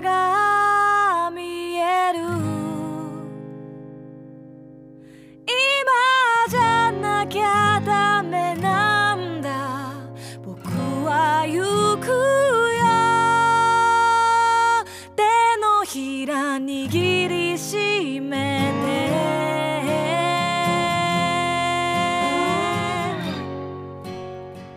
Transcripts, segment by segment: が見える今じゃなきゃダメなんだ僕は行くよ手のひら握りしめて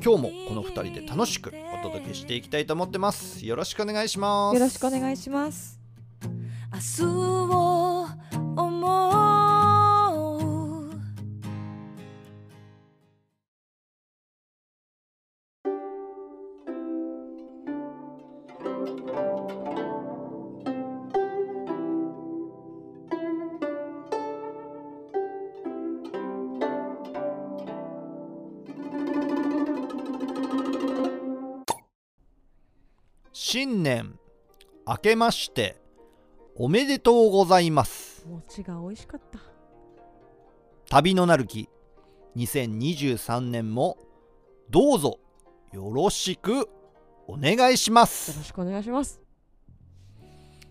今日もこの2人で楽しくお届けしていきたいと思ってますよろしくお願いしますよろしくお願いします。明日を思う新年明けましておめでとうございます餅が美味しかった。旅のなる木2023年もどうぞよろしくお願いしまよすろしくお願いします。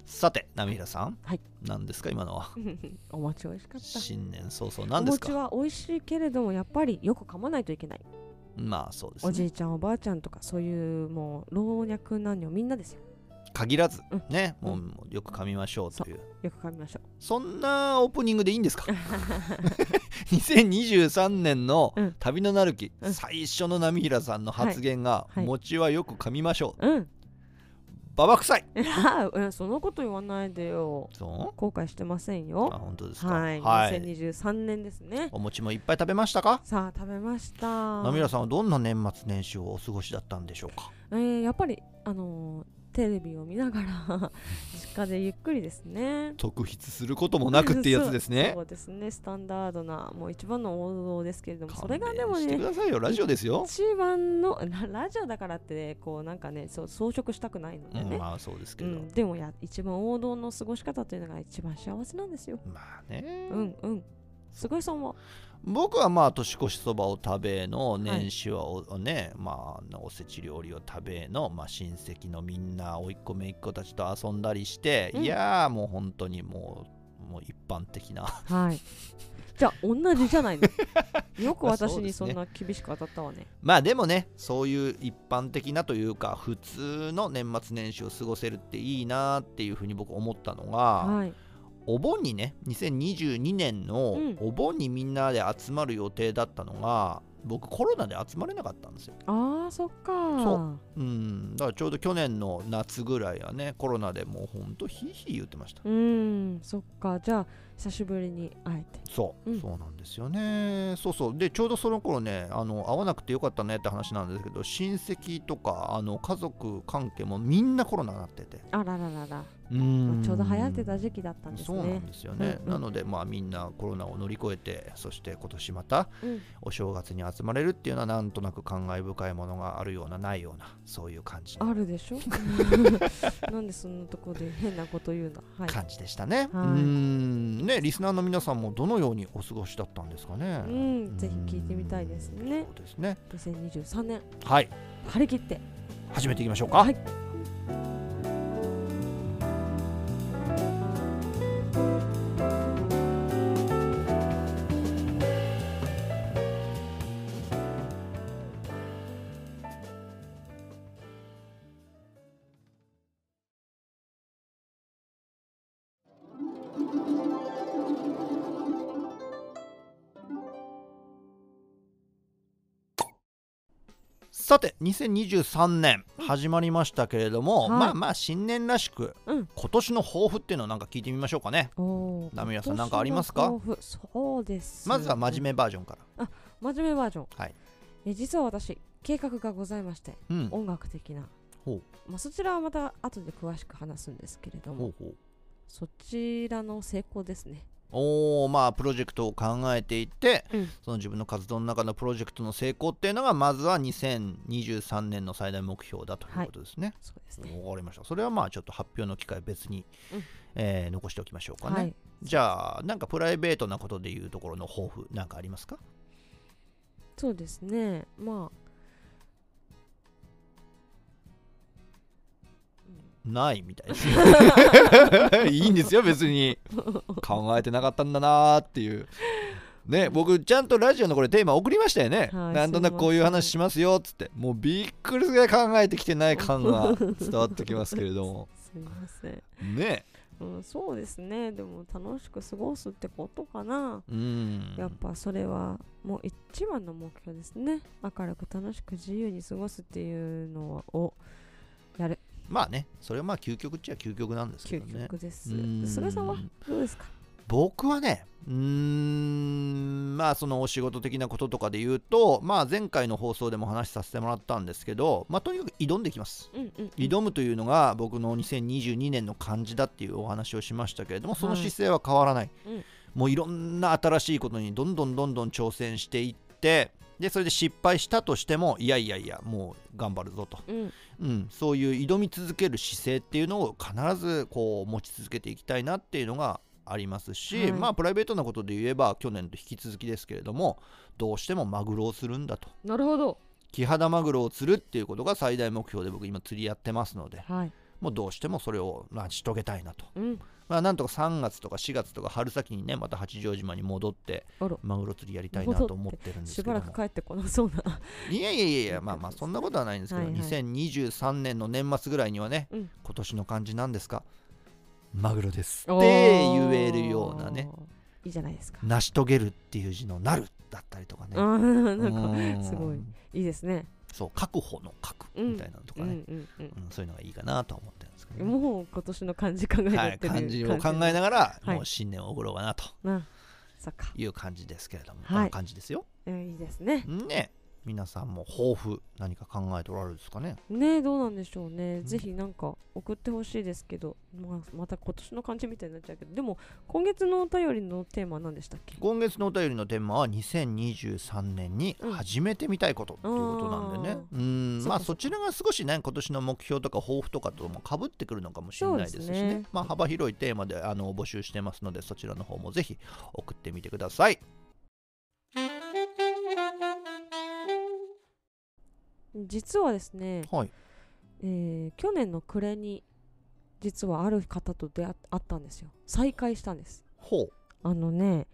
さて波平さん、はい何ですか今の はお餅美味しかった。新年早々何ですお餅かは美味しいけれどもやっぱりよく噛まないといけない。まあそうですおねじいちゃんおばあちゃんとかそういうもう老若男女みんなですよ。限らずうんね、もううもうよく噛みましょうというよく噛みましょそんなオープニングでいいん ですか2023年のうん旅のなる木、うん最初の波平さんの発言が「はいはい餅はよく噛みましょうう。 うん。」ババ臭いあうんそのこと言わないでよ。そ後悔してませんうよあ。本当ですかはい。2023年ですね。お餅もいっぱい食べましたかさあ食べました。波平さんはどんな年末年始をお過ごしだったんでしょうかえー、やっぱりあのーテレビを見ながら 実家でゆっくりですね。特筆することもなくっていうやつですね そうですねスタンダードなもう一番の王道ですけれどもそれが勘で弁もしてくねださいよラジオですよ、一番のララジオだからってね、こうなんかねそう装飾したくないのでうんね、まあそうですけうど、ん、でもや一番王道の過ごし方というのが一番幸せなんですよ。まあねうんうんすごいそう思う。僕はまあ年越しそばを食べの年始はお,、ねまあ、おせち料理を食べの、まあ、親戚のみんな甥っ子姪っ子たちと遊んだりして、うんいやーもう本当にもうもう一般的な はい。じゃあ同じじゃないの。よく私にそそうですねんな厳しく当たったわね。まあでもねそういう一般的なというか普通の年末年始を過ごせるっていいなっていうふうに僕思ったのが、はい。お盆にね2022年のうんお盆にみんなで集まる予定だったのが僕コロナで集まれなかったんですよ。ああそっか。そうん、だからちょうど去年の夏ぐらいはねコロナでもうほんとヒーヒー言ってましたうーんそっかじゃあ久しぶりに会えてそう、うんそうなんですよねそうそうでちょうどその頃ねあの会わなくてよかったねって話なんですけど親戚とかあの家族関係もみんなコロナになっててあらららら、うまんあちょうど流行ってた時期だったんですそうなねんですよね、うんうんなのでまあみんなコロナを乗り越えてそして今年またうんお正月に集まれるっていうのはなんとなく感慨深いものがあるようなないようなそういう感じのあるでしょ なんでそんなとこで変なこと言うのはい感じでしたね。はいうーんねリスナーの皆さんもどのようにお過ごしだったんですかね。うんぜひ聞いてみたいですねうんそうですね。 2023年はい、張り切って始めていきましょうか。はいさて2023年始まりましたけれども、はいまあまあ新年らしく、うん今年の抱負っていうのをなんか聞いてみましょうかねおーダメヤさんなんかありますか今年の抱負そうですまずは真面目バージョンから目真面目バージョンはいえ実は私計画がございましてうんほ音楽的なほうまあ、そちらはまた後で詳しく話すんですけれどもうほうそちらの成功ですねおーまあプロジェクトを考えていって、うんその自分の活動の中のプロジェクトの成功っていうのがまずは2023年の最大目標だということですね、そうですねわかりましたそれはまあちょっと発表の機会は別に、うんえー残しておきましょうかね、はいじゃあなんかプライベートなことでいうところの抱負なんかありますかそうですねまあないみたいです ねいいんですよ別に考えてなかったんだなーっていうね僕ちゃんとラジオのこれテーマ送りましたよね、はいなんとなくこういう話しますよっつってもうびっくりするぐらい考えてきてない感 が伝わってきますけれどもすみません、ねうん、そうですねでも楽しく過ごすってことかな、うんやっぱそれはもう一番の目標ですね明るく楽しく自由に過ごすっていうのをまあねそれはまあ究極っちゃ究極なんですけ究どね極です、うんそれさんはどうですか僕はねうーんまあそのお仕事的なこととかで言うとまあ前回の放送でも話させてもらったんですけどまあとにかく挑んできますうんうん、うん、挑むというのが僕の2022年の漢字だっていうお話をしましたけれどもそのはい姿勢は変わらない、うんもういろんな新しいことにどんどんどんどん挑戦していってでそれで失敗したとしてもいやいやいやもう頑張るぞと、うんうん、そういう挑み続ける姿勢っていうのを必ずこう持ち続けていきたいなっていうのがありますし、はいまあプライベートなことで言えば去年と引き続きですけれどもどうしてもマグロをするんだとなるほどキハダマグロを釣るっていうことが最大目標で僕今釣りやってますのではいもうどうしてもそれを成し遂げたいなと、うんまあ、なんとか3月とか4月とか春先にねまた八丈島に戻ってあらマグロ釣りやりたいなと思ってるんですしけどばもらく帰ってこなそうないやいやいやいやまあまあそんなことはないんですけど、はいはい2023年の年末ぐらいにはね、うん今年の漢字なんですかマグロですっておー言えるようなねいいじゃないですか成し遂げるっていう字のなるだったりとかねあーなうんーかんすごいいいですねそう確保の確うんみたいなのとかね、うんうんうんそういうのがいいかなとは思ってるんですけうどん、ね、もう今年の漢字考えてる、 はい、漢字を考えながら、はいもう新年を送ろうかなとなそっか、いう感じですけれども、はいこんな感じですよ。えいいですねね皆さんも抱負何か考えておられるんですかねねどうなんでしょうね、んぜひなんか送ってほしいですけど、まあ、また今年の漢字みたいになっちゃうけどでも今月のお便りのテーマは何でしたっけ今月のお便りのテーマは2023年にうん始めてみたいことっていうことなんでねうーんそっかまあそそっかちらが少しね今年の目標とか抱負とかともかぶってくるのかもしれないですしそうねですねまあ幅広いテーマであの募集してますのでそちらの方もぜひ送ってみてください実はですね、はいえー去年の暮れに実はある方と出会っ会ったんですよ再会したんですほあのね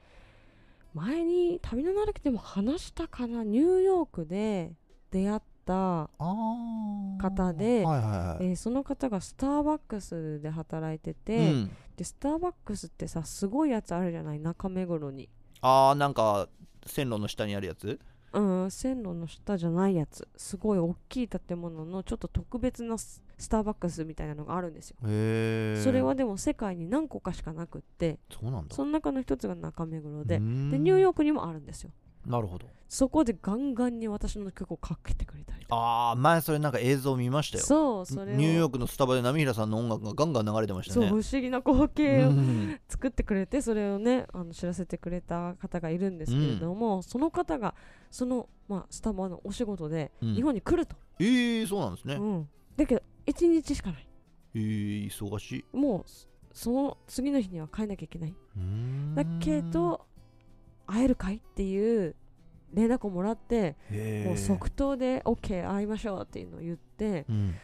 前に旅のなるきでも話したかなニューヨークで出会った、うあー方ではいはいはいえーその方がスターバックスで働いてて、うんでスターバックスってさすごいやつあるじゃない中目黒にあーなんか線路の下にあるやつうん線路の下じゃないやつすごい大きい建物のちょっと特別なススターバックスみたいなのがあるんですよ、へえそれはでも世界に何個かしかなくってそうなんだその中の一つが中目黒で、ででニューヨーークにもあるんですよクなるほどそこでガンガンに私の曲をかけてくれたりとかああ前それなんか映像見ましたよそうそれをニューヨークのスタバで波平さんの音楽がガンガン流れてましたそうね不思議な光景うをん作ってくれてそれをねあの知らせてくれた方がいるんですけれども、その方がその、まあ、スタバのお仕事でうん日本に来ると、えー、そうなんですね、うんだけど1日しかないえー、忙しいもうそその次の日には帰んなきゃいけないうーんだけど会えるかいっていう連絡をもらってへーもう即答で OK 会いましょうっていうのを言ってうん、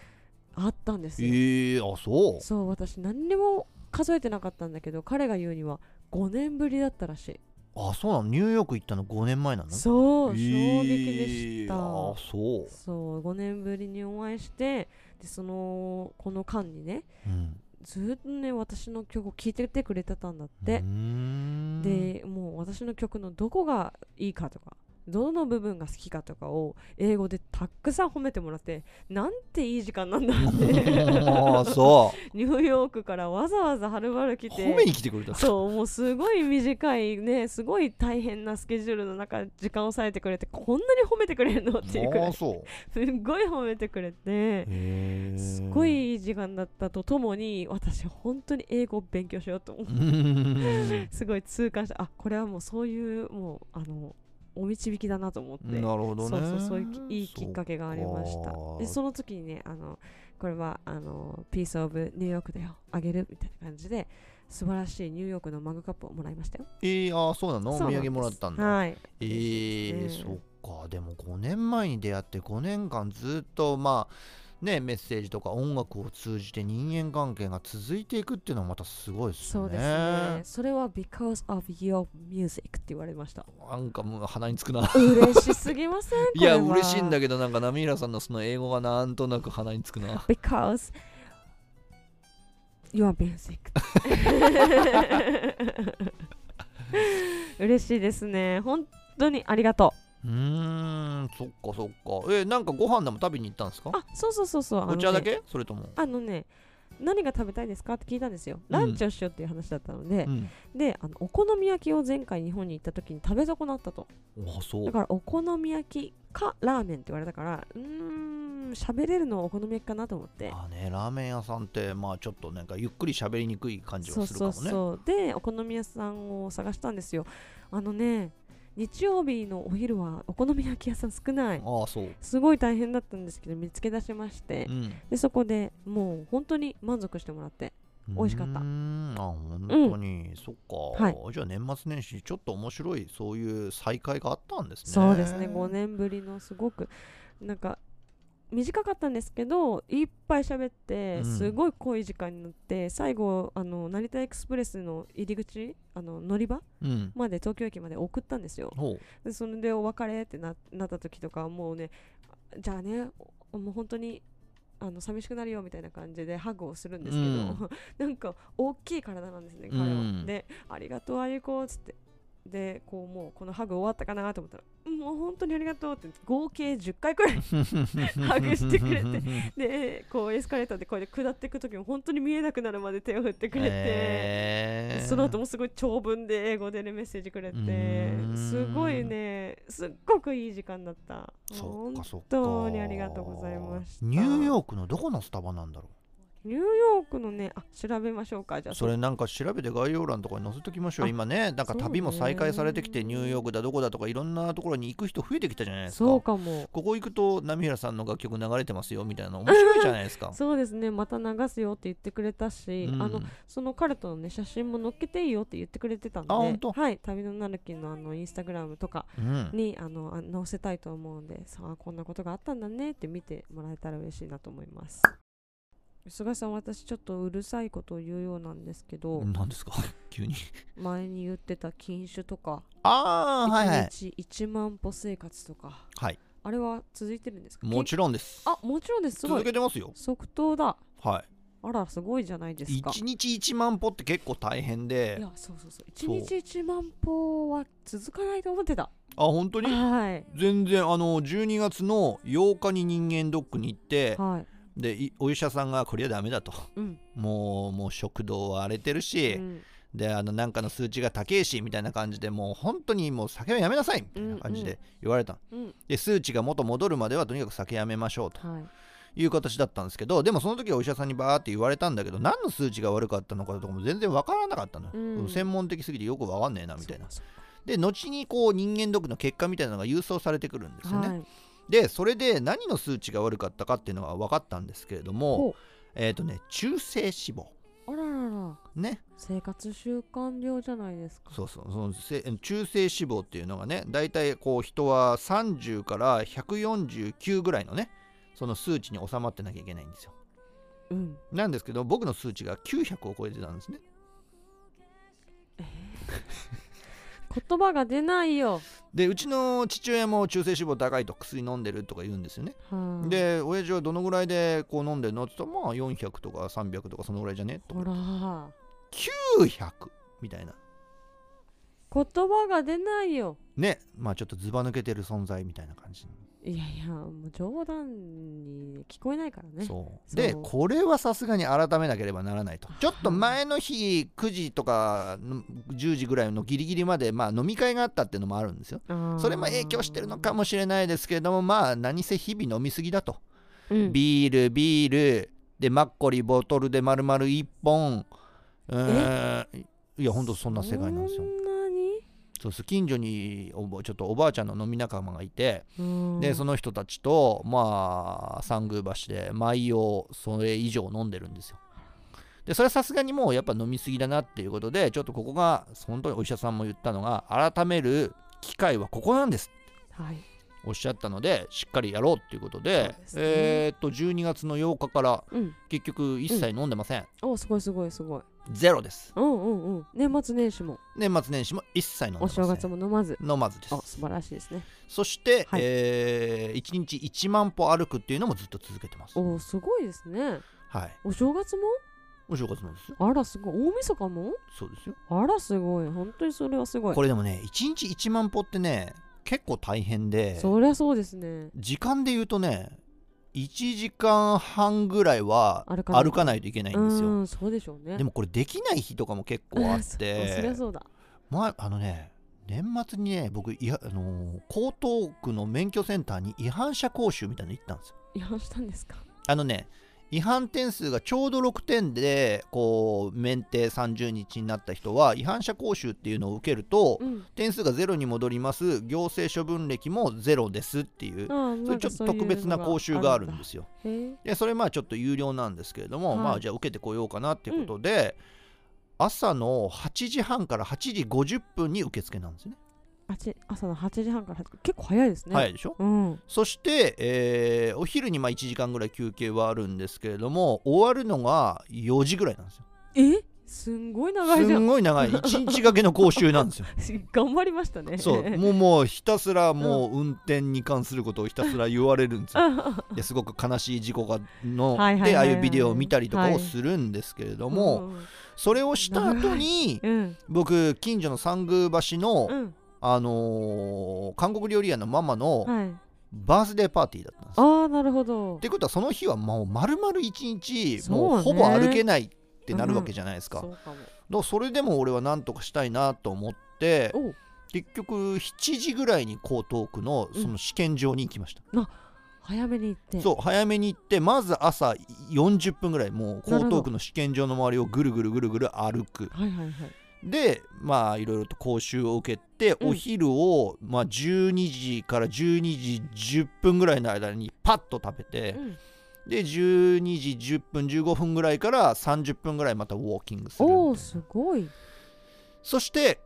会ったんですえよ、ー、あそうそう私何にも数えてなかったんだけど彼が言うには5年ぶりだったらしいあそうなのニューヨーク行ったの5年前なのそう、え衝撃でしたー、あそう、そう5年ぶりにお会いしてでそのこの間にねうん、ずーっとね私の曲を聴いててくれてたんだっうーて、んでもう私の曲のどこがいいかとかどの部分が好きかとかを英語でたくさん褒めてもらってなんていい時間なんだって ああそ ニューヨークからわざわざはるばる来うて褒めに来て くれたそうもうすごい短いねすごい大変なスケジュールの中時間を割いてくれてこんなに褒めてくれるのっていうくあらあい すっそうごい褒めてくれてへえすっごいいい時間だったとともに私本当に英語を勉強しようと思うう ーんすごい痛感したあこれはもうそういうもうあのお導きだなと思ってなるほどねそうそうそういうきいいきっかけがありましたそっでかその時にねあのこれはあのピースオブニューヨークだよあげるみたいな感じで素晴らしいニューヨークのマグカップをもらいましたよえー、ああそうなのそうおな土です産もらったんだ、はいえーうんそっかでも5年前に出会って5年間ずっとまあねメッセージとか音楽を通じて人間関係が続いていくっていうのはまたすごいですねそうですねそれは because of your music って言われましたなんかもう鼻につく な嬉しすぎませんいやこれは嬉しいんだけどなんか波平さんのその英語がなんとなく鼻につくな because your music 嬉しいですね本当にありがとうーんそっかそっかえなんかご飯でも食べに行ったんですかうあそうそうそうそうあのねお茶だけそれともあのね何が食べたいですかって聞いたんですようんランチをしようっていう話だったのでう、んであのお好み焼きを前回日本に行った時に食べ損なったとあそうだからお好み焼きかラーメンって言われたからうーん喋れるのはお好み焼きかなと思ってまあね、ラーメン屋さんってまあちょっとなんかゆっくり喋りにくい感じそはうするかそもうねそうでお好み屋さんを探したんですよあのね日曜日のお昼はお好み焼き屋さん少ないああそう、すごい大変だったんですけど見つけ出しましてうん、でそこでもう本当に満足してもらって美味しかったうーんあ本当に、そっか、はいじゃあ年末年始ちょっと面白いそういう再会があったんですねそうですね5年ぶりのすごくなんか短かったんですけどいっぱい喋ってうんすごい濃い時間になって、最後あの成田エクスプレスの入り口あの乗り場うんまで東京駅まで送ったんですよほうでそれでお別れってななった時とかはもうねじゃあねおもう本当にあの寂しくなるよみたいな感じでハグをするんですけど、うん なんか大きい体なんですね彼は、うんで「ありがとうあゆこ」っつってでこうもうこのハグ終わったかなと思ったら「もう本当にありがとう」って合計10回くらい ハグしてく れてでこうエスカレーターでこうやって下っていく時も本当に見えなくなるまで手を振ってくれて。えーその後もすごい長文で英語でねメッセージくれうーてんすごいねすっごくいい時間だったそっかそっか本当にありがとうございましたニューヨークのどこのスタバなんだろニューヨークのねあ調べましょうかじうゃあそれなんか調べて概要欄とかに載せときましょうあ今ねなんか旅もそうね再開されてきてニューヨークだどこだとかいろんなところに行く人増えてきたじゃないですかそうかもここ行くと波平さんの楽曲流れてますよみたいなの面白いじゃないですか。そうですねまた流すよって言ってくれたうし、んあのその彼とのね写真も載っけていいよって言ってくれてたんであほんとはい旅のなるきのあのインスタグラムとかうんにあのあ載せたいと思うんでさあこんなことがあったんだねって見てもらえたら嬉しいなと思います菅井さん私ちょっとうるさいことを言うようなんですけど、何です か急に。前に言ってた禁酒とかああはいは1い。日1万歩生活とか、はいあれは続いてるんですかもきちろんです。あもちろんですすご続いけてますよ。即答だはあらすごいじゃないでい。すか一日一万歩って結構大変いで。やそうそうそうそう1日1万歩は続かないと思ってたあ本当にはい全然あの12月の8日に人間ドックに行ってはいでいお医者さんがこれはダメだとうん、もうもう食道は荒れてるし、うんであのなんかの数値が高えしみたいな感じでもう本当にもう酒はやめなさいみたいな感じうんで言われたのうんで数値が元戻るまではとにかく酒やめましょうとはいいう形だったんですけどでもその時はお医者さんにバーって言われたんだけど何の数値が悪かったのかとかも全然わからなかったのよ、うん専門的すぎてよくわかんねえなみたいなそうで後にこう人間ドックの結果みたいなのが郵送されてくるんですよね、はいでそれで何の数値が悪かったかっていうのが分かったんですけれどほうもえっ、とね中性脂肪あらららね生活習慣病じゃないですか。そうそうそのせ中性脂肪っていうのがねだいたいこう人は30から149ぐらいのねその数値に収まってなきゃいけないんですようん。なんですけど僕の数値が900を超えてたんですね言葉が出ないよ。でうちの父親も中性脂肪高いと薬飲んでるとか言うんですよね、はあ、で親父はどのぐらいでこう飲んでるのって言ったらまあ400とか300とかそのぐらいじゃねとほら。 900みたいな言葉が出ないよねまあちょっとずば抜けてる存在みたいな感じ、いやいやもう冗談に聞こえないからねそうそうでこれはさすがに改めなければならないとちょっと前の日9時とかの10時ぐらいのギリギリまで、まあ、飲み会があったっていうのもあるんですよそれも影響してるのかもしれないですけれどもまあ何せ日々飲みすぎだと、うんビールビールでマッコリボトルで丸々1本うーんいやほんとそんな世界なんですよそんなにそうです近所におぼちょっとおばあちゃんの飲み仲間がいて、うんでその人たちとまあ三宮橋で毎をそれ以上飲んでるんですよでそれはさすがにもうやっぱ飲みすぎだなっていうことでちょっとここが本当にお医者さんも言ったのが改める機会はここなんですはいおっしゃったのでしっかりやろうっていうことでそうですねえーっと12月の8日からうん結局一切飲んでません、おすごいすごいすごいゼロですうんうんうん年末年始も年末年始も一切飲んでおませ正ん月も飲まず飲まずですあ素晴らしいですねそして、はいえ1日1万歩歩くっていうのもずっと続けてます。おすごいですねはい。お正月もお正月なんですよ。あらすごい大晦日もそうですよ。あらすごい本当にそれはすごいこれでもね、1日1万歩ってね、結構大変で、そりゃそうですね時間で言うとね、1時間半ぐらいは歩かない歩かないといけないうんですよ。んそうでしょうねでもこれできない日とかも結構あっ そそりてゃ、そうだ前あのね、年末にね、僕、いやあのー江東区の免許センターに違反者講習みたいなの行ったんですよ違反したんですかあのね、違反点数がちょうど6点で、こう、免停30日になった人は、違反者講習っていうのを受けるとう、ん点数がゼロに戻ります、行政処分歴もゼロですっていう、ああそういなうんちょかっそとういう特別な講習があるんですすよ。へえで、それまあちょっと有料なんですけれども、はいまあじゃあ受けてこようかなっていうことで、朝の8時半から8時50分に受付なんですね。あち朝の8時半から結構早いですね早いでしょうんそして、えーお昼にまあ1時間ぐらい休憩はあるんですけれども終わるのが4時ぐらいなんですよえすんごい長いじすゃんんごい 長い1日がけの講習なんですよ頑張りましたね そうもうもうひたすらもう運転に関することをひたすら言われるんですよいやすごく悲しい事故がのはいはいはいはいでああいうビデオを見たりとかをするんですけれども、それをした後にうんうん僕近所の三宮橋の、うんあのー韓国料理屋のママのはいバースデーパーティーだったんですよああなるほどってことはその日はもう丸々一日そうねもうほぼ歩けないってなるわけじゃないですか,、そうかもそれでも俺は何とかしたいなと思っておう結局7時ぐらいに江東区のその試験場に行きました、早めに行ってそう早めに行ってまず朝40分ぐらいもう江東区の試験場の周りをぐるぐるぐるぐる歩くはいはいはいでまあいろいろと講習を受けて、うんお昼を、まあ、12時から12時10分ぐらいの間にパッと食べて、うんで12時10分15分ぐらいから30分ぐらいまたウォーキングするみたいなおおすごいそして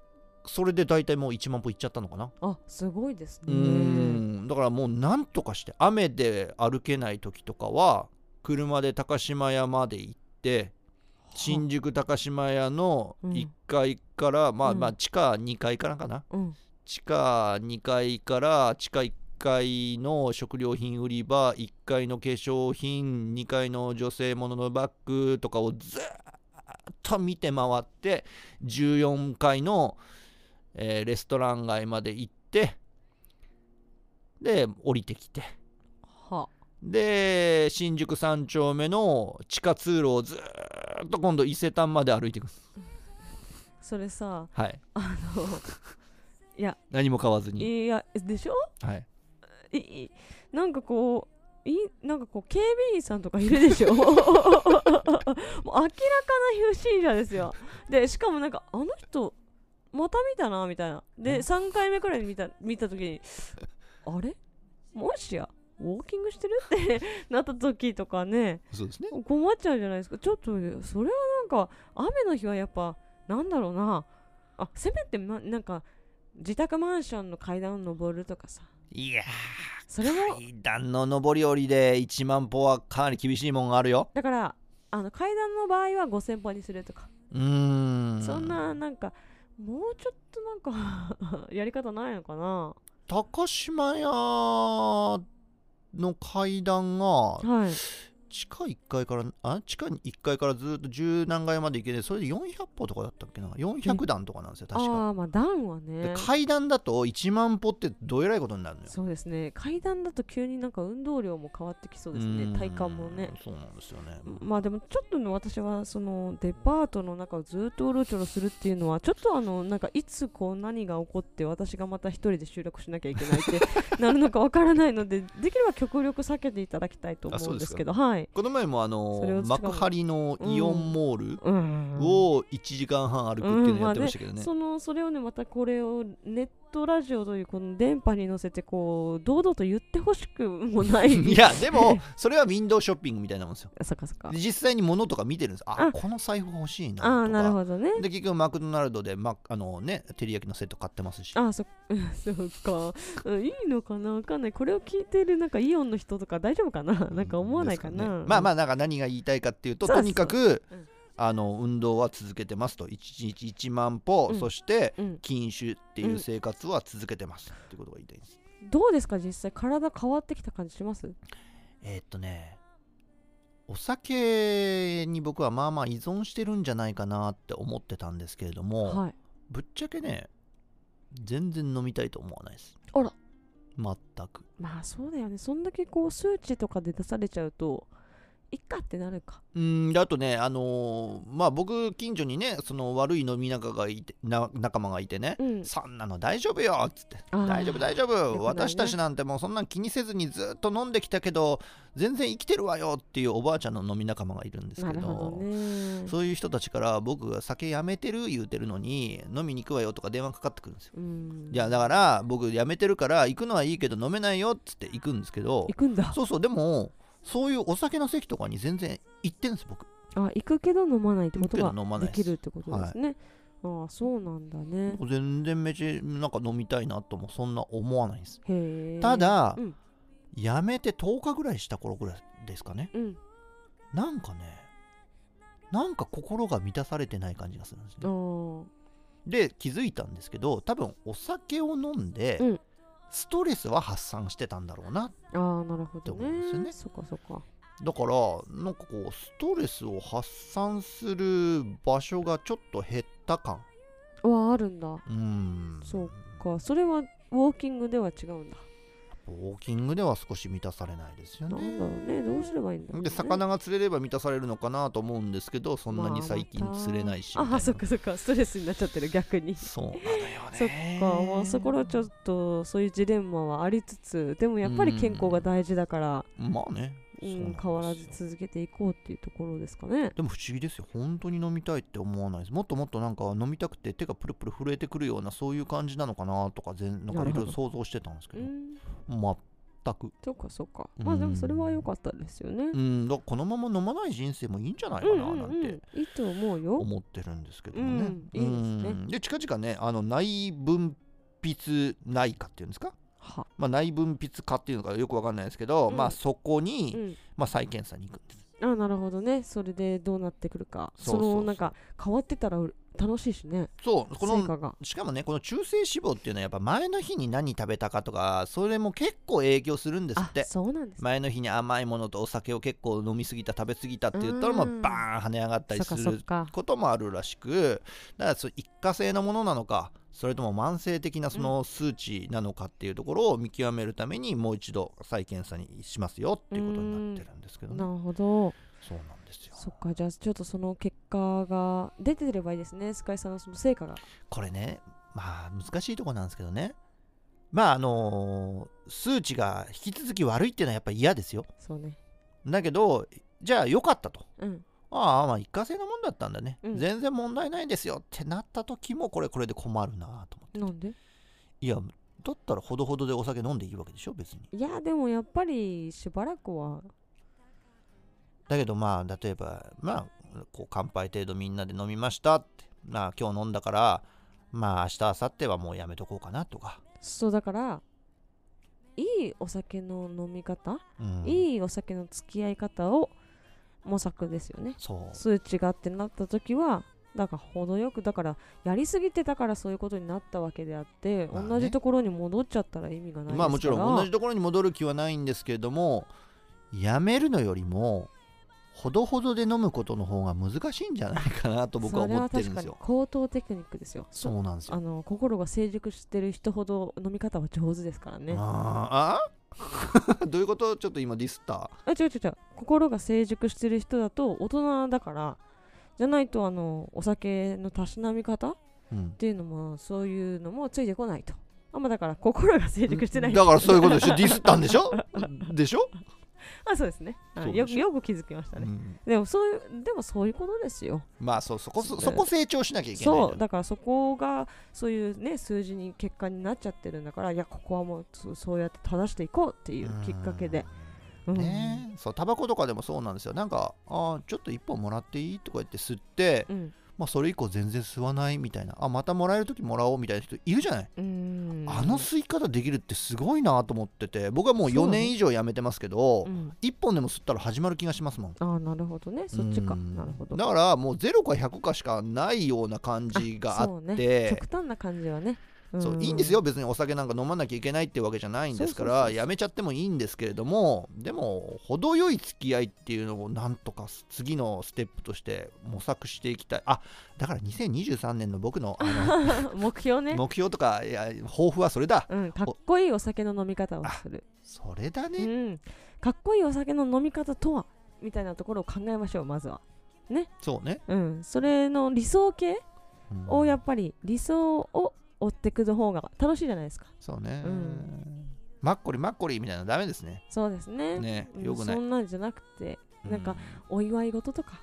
それで大体もう1万歩いっちゃったのかなあすごいですうねーんだからもうなんとかして雨で歩けない時とかは車で高島屋まで行って新宿高島屋のうん1階から、まあうんまあ地下2階からかなうん地下2階から地下1階の食料品売り場1階の化粧品2階の女性もののバッグとかをずーっと見て回って14階の、えーレストラン街まで行ってで降りてきてはで新宿3丁目の地下通路をずーっと今度伊勢丹まで歩いていくんですそ れさはいあのいや何も買わずに、いやでしょはい、いいなんかこういなんかこう警備員さんとかいるでしょ もう明らかな不審者ですよでしかもなんかあの人また見たなみたいなでん3回目くらいに見た見た時にあれもしやウォーキングしてるって なった時とかねそうですね困っちゃうじゃないですかちょっとそれはなんか雨の日はやっぱなんだろうなあせめて、ま、なんか自宅マンションの階段を登るとかさいやーそれも階段の上り下りで1万歩はかなり厳しいもんがあるよだからあの階段の場合は5000歩にするとか、うーんそんななんかもうちょっとなんか やり方ないのかな高島屋の階段がはい地下1階からあ地下1階からずっと十何階まで行けてそれで400歩とかだったっけな400段とかなんですよ確かああまあ段はねで階段だと1万歩ってどえらいことになるのよそうですね階段だと急になんか運動量も変わってきそうですうねん体感もねそうなんですよねまあでもちょっとね私はそのデパートの中をずっとうろちょろするっていうのはちょっとあのなんかいつこう何が起こって私がまた一人で収録しなきゃいけな いってなるのかわからないのでできれば極力避けていただきたいと思うんですけどはいこの前もあそれをの使う幕張のイオンモールうんを1時間半歩くっていうのやってましたけ どねそのそれをねまたこれをネットラジオというこの電波に乗せてこう堂々と言ってほしくも ないいやでもそれはウィンドウショッピングみたいなもんですよ あそっかそっかで実際に物とか見てるんですああこの財布欲しいなとあかあなるほどねで結局マクドナルドで、ま、あのね照り焼きのセット買ってますしあそそっか、うん、いいのかなわかんないこれを聞いてるなんかイオンの人とか大丈夫かななんか思わないかですなねまあまああなんか何が言いたいかっていうとそうそうとにかく、うんあの運動は続けてますと1日1万歩、うんそしてうん、禁酒っていう生活は続けてます、っていうことが言いたいですどうですか実際体変わってきた感じしますえーっとねお酒に僕はまあまあ依存してるんじゃないかなって思ってたんですけれども、はいぶっちゃけね全然飲みたいと思わないですあら全くまあそうだよねそんだけこう数値とかで出されちゃうといっかってなるかうんであとねあのーまあ僕近所にねその悪い飲み仲がいてな仲間がいてね、うんそんなの大丈夫よっつってあー大丈夫大丈くない夫ね私たちなんてもうそんなん気にせずにずっと飲んできたけど全然生きてるわよっていうおばあちゃんの飲み仲間がいるんですなけるどほどねそういう人たちから僕が酒やめてる言うてるのに飲みに行くわよとか電話かかってくるんですようんいやだから僕やめてるから行くのはいいけど飲めないよっつって行くんですけど行くんだそうそうでもそういうお酒の席とかに全然行ってんです僕あ行くけど飲まないってこと行くけど飲まがないでですきるってことですね、ああそうなんだね全然めちゃなんか飲みたいなともそんな思わないですへえただ、うんやめて10日ぐらいした頃ぐらいですかねうんなんかねなんか心が満たされてない感じがするんですねああで気づいたんですけど多分お酒を飲んで、うんストレスは発散してたんだろうなあーなるほどって思うんですよね。ねそっかそっか。だからなんかこうストレスを発散する場所がちょっと減った感はあるんだ。うんそうかそれはウォーキングでは違うんだ。ウォーキングでは少し満たされないですよなんだろねうねどうすればいいんだろう、ね。で魚が釣れれば満たされるのかなと思うんですけどそんなに最近まあまた釣れないしみたいなああそっかそっかストレスになっちゃってる逆に。そそうなのよっねかまあそこらちょっとそういうジレンマはありつつでもやっぱり健康が大事だから、まあねうそうなんんですよ変わらず続けていこうっていうところですかね。でも不思議ですよ本当に飲みたいって思わないですもっともっとなんか飲みたくて手がプルプル震えてくるようなそういう感じなのかなとか全なんかいろいろ想像してたんですけうどん全くそっかそっか。まあでもそれは良かったですよね。うんだからこのまま飲まない人生もいいんじゃないかうんなうなんんうてんいいと思うよ。思ってるんですけどもね、うんいいですねうんで近々ねあの内分泌内科っていうんですか、は。まあ、内分泌科っていうのかよくわかんないですけど、うんまあそこうに、んまあ、再検査に行くんですあなるほどねそれでどうなってくるかそそうそうそうのなんか変わってたらう楽しいしねそうこ成の果がしかもねこの中性脂肪っていうのはやっぱ前の日に何食べたかとかそれも結構影響するんですっあてそうなんですね前の日に甘いものとお酒を結構飲みすぎた食べ過ぎたって言ったらもううんバーン跳ね上がったりすそっかそるっかこともあるらしくだからそう一過性のものなのかそれとも慢性的なその数値なのかっていうところを見極めるためにもう一度再検査にしますよっていうことになってるんですけどなねるほどそうなんですよそっかじゃあちょっとその結果が出てればいいですねスカイさんのその成果がこれねまあ難しいとこなんですけどねまああのー数値が引き続き悪いっていうのはやっぱり嫌ですよそうねだけどじゃあ良かったとうんああまあ一過性のもんだったんだね、うん全然問題ないですよってなった時もこれこれで困るなと思ってなんでいやだったらほどほどでお酒飲んでいいわけでしょ別にいやでもやっぱりしばらくはだけどまあ例えばまあこう乾杯程度みんなで飲みましたってまあ今日飲んだからまあ明日明後日はもうやめとこうかなとか、そうだからいいお酒の飲み方、うん、いいお酒の付き合い方を模索ですよねそう数値がってなった時はなんか程よくだからやりすぎてたからそういうことになったわけであって、まあね同じところに戻っちゃったら意味がないですからまあもちろん同じところに戻る気はないんですけれどもやめるのよりもほどほどで飲むことの方が難しいんじゃないかなと僕は思ってるんですよそれは確かに高等テクニックですよそうなんですよあの心が成熟してる人ほど飲み方は上手ですからねああーあ どういうことちょっと今ディスった違う違う違う心が成熟してる人だと大人だからじゃないとあのお酒のたしなみ方っうんていうのもそういうのもついてこないとあまあだから心が成熟してないだからそういうことでしょディスったんでしょでしょ、 あそうですねはいそうでよしょよく気づきましたうね、んでもそういうでもそういうことですよまあそうそこそそうそこ成長しなきゃいけないんだそようだからそこがそういうね数字に結果になっちゃってるんだからいやここはもうそそうやって正していこうっていうきっかけで、うんねえそうタバコとかでもそうなんですよなんか「あーちょっと一本もらっていい?」とか言って吸って、うんまあ、それ以降全然吸わないみたいなあまたもらえる時もらおうみたいな人いるじゃない、うんあの吸い方できるってすごいなと思ってて僕はもうそ4うね年以上やめてますけど、うん一1本でも吸ったら始まる気がしますもんああなるほどねそっちかうんなるほどだからもう0か100かしかないような感じがあそうっねて極端な感じはね、そういいんですよ別にお酒なんか飲まなきゃいけないってわけじゃないんですからそうそうそうそうやめちゃってもいいんですけれどもでも程よい付き合いっていうのをなんとか次のステップとして模索していきたいあだから2023年の僕のあ 目の標ね、目標とかいや抱負はそれだうん、かっこいいお酒の飲み方をする、それだうね、ん、かっこいいお酒の飲み方とはみたいなところを考えましょうまずは、そうね、うん、それの理想形うんをやっぱり理想を追ってくる方が楽しいじゃないですかそうね、うんマッコリマッコリみたいなのダメですねそうですねねうんよくない、そんなんじゃなくてなんかうお祝い事とか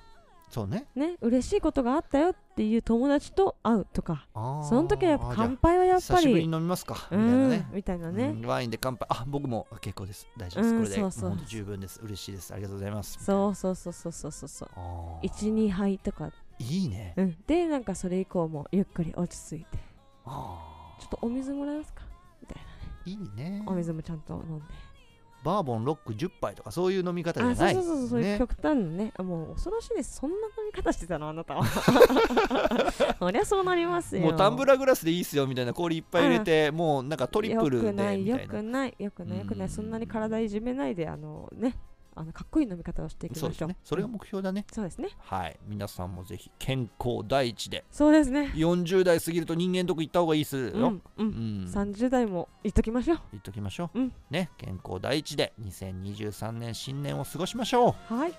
そうねね嬉しいことがあったよっていう友達と会うとかあーその時はやっぱじゃあ乾杯はやっぱ久しぶりりに飲みますかうみたいなんねみたいなうねんワインで乾杯あ僕も結構です大丈夫です、うんこれでそうそうもう本当十分です嬉しいですありがとうございますそうそうそうそうそうそうそうあー12杯とか、いいねうん、でなんかそれ以降もゆっくり落ち着いてあちょっとお水もらえますかーいいねお水もちゃんと飲んでバーボンロック10杯とかそういう飲み方じあゃそうないそうそうそうそういうね極端のねあもう恐ろしいですそんな飲み方してたのあなた はそりゃそうなりますよもうタンブラーグラスでいいっすよみたいな氷いっぱい入れて、もうなんかトリプルでよくないみよたいなくないよくないよくなうんいそんなに体いじめないであのねあのかっこいい飲み方をしていきましそょううですねそれがうん目標だね、そうですねはい皆さんもぜひ健康第一でそうですね40代過ぎると人間とこ行った方がいいっすうよ、んううんん30代もいっときましょう言っときましょう、うんね健康第一で2023年新年を過ごしましょうはい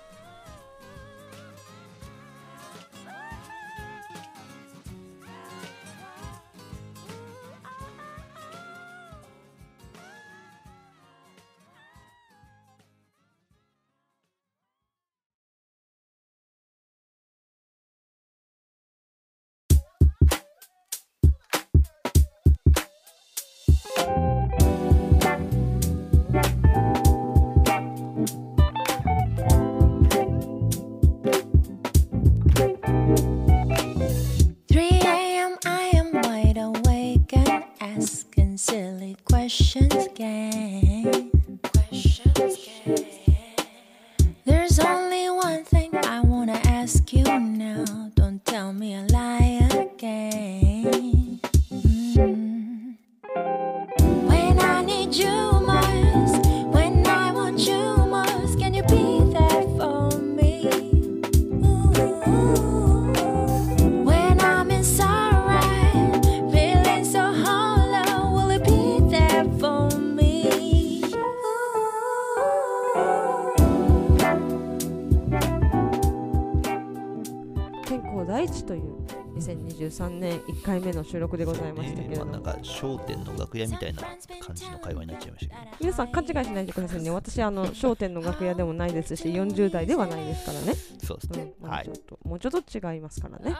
3 a.m. I am wide awake and asking silly questions again. There's only one thing I wanna ask you now. Don't tell me a lie again. Mm. When I need you most, when I want you most, can you be there for me? When I'm in sorrow, feeling so hollow, will it be there for me? Ooh. 健康第一という2023年1回目の収録でございましたけれどねまあ、なもんか商店の楽屋みたいな感じの会話になっちゃいましたけど皆さん勘違いしないでくださいね私あの商店の楽屋でもないですし40代ではないですからね、そうですね、うん、もはうちいょっと、もうちょっと違いますからね、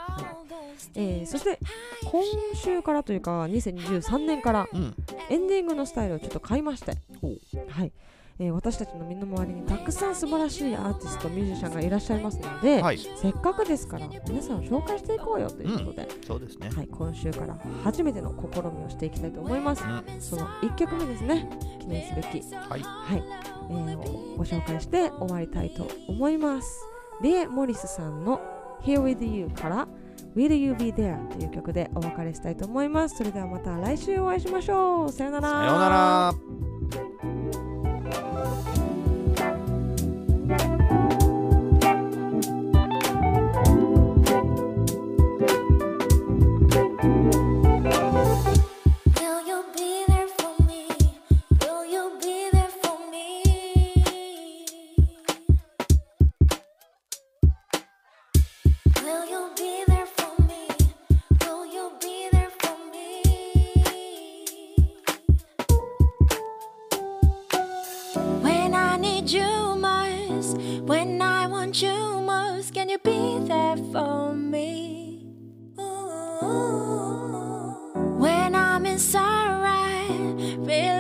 えーそして今週からというか2023年からうんエンディングのスタイルをちょっと変えましてほう、はいえー私たちの身の回りにたくさん素晴らしいアーティストミュージシャンがいらっしゃいますので、はいせっかくですから皆さんを紹介していこうよということで、そうですねはい、今週から初めての試みをしていきたいと思います、うんその1曲目ですね記念すべき、はいはいえーをご紹介して終わりたいと思いますリエ・モリスさんの「Here with You」から「Will You Be There」という曲でお別れしたいと思いますそれではまた来週お会いしましょうさよならさようなら「 for me. When I'm in sorrow, I really